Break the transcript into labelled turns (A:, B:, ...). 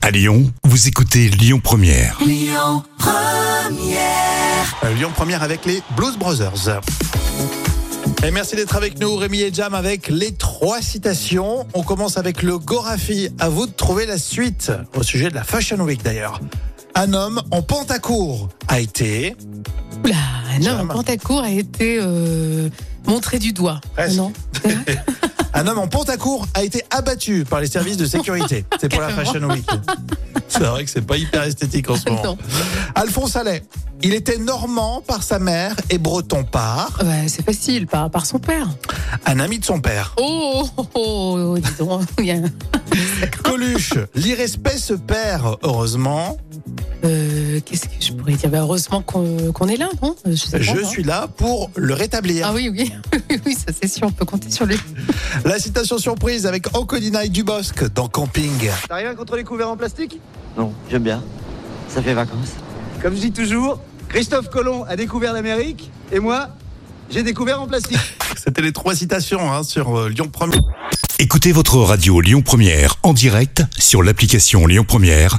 A: À Lyon, vous écoutez Lyon Première.
B: Euh, Lyon Première avec les Blues Brothers. Et merci d'être avec nous, Rémi et Jam, avec les trois citations. On commence avec le Gorafi. À vous de trouver la suite, au sujet de la Fashion Week d'ailleurs. Un homme en pantacourt a été.
C: Oula, non,
B: Jam.
C: Pantacourt a été euh, montré du doigt.
B: Presque.
C: Non.
B: Un homme en pantacourt a été abattu par les services de sécurité. C'est pour la Fashion Week. C'est vrai que c'est pas hyper esthétique en ce moment.
C: Non.
B: Alphonse Allais. Il était normand par sa mère et breton par
C: Ouais, c'est facile, par, par son père.
B: un ami de son père.
C: Oh, oh, oh, oh, dis donc. il y a-
B: Coluche, l'irrespect se perd, heureusement.
C: Euh, Qu'est-ce que je pourrais dire Bah, Heureusement qu'on qu'on est là, non Je, sais pas,
B: Je
C: non
B: suis là pour le rétablir.
C: hein Ah oui, oui, oui, ça c'est sûr, on peut compter sur lui.
B: La citation surprise avec Anconina et Dubosc dans Camping.
D: T'as rien contre les couverts en plastique
E: Non, j'aime bien. Ça fait vacances.
D: Comme je dis toujours, Christophe Colomb a découvert l'Amérique et moi, j'ai découvert en plastique.
B: C'était les trois citations hein, sur euh, Lyon 1
A: Écoutez votre radio Lyon Première en direct sur l'application Lyon Première,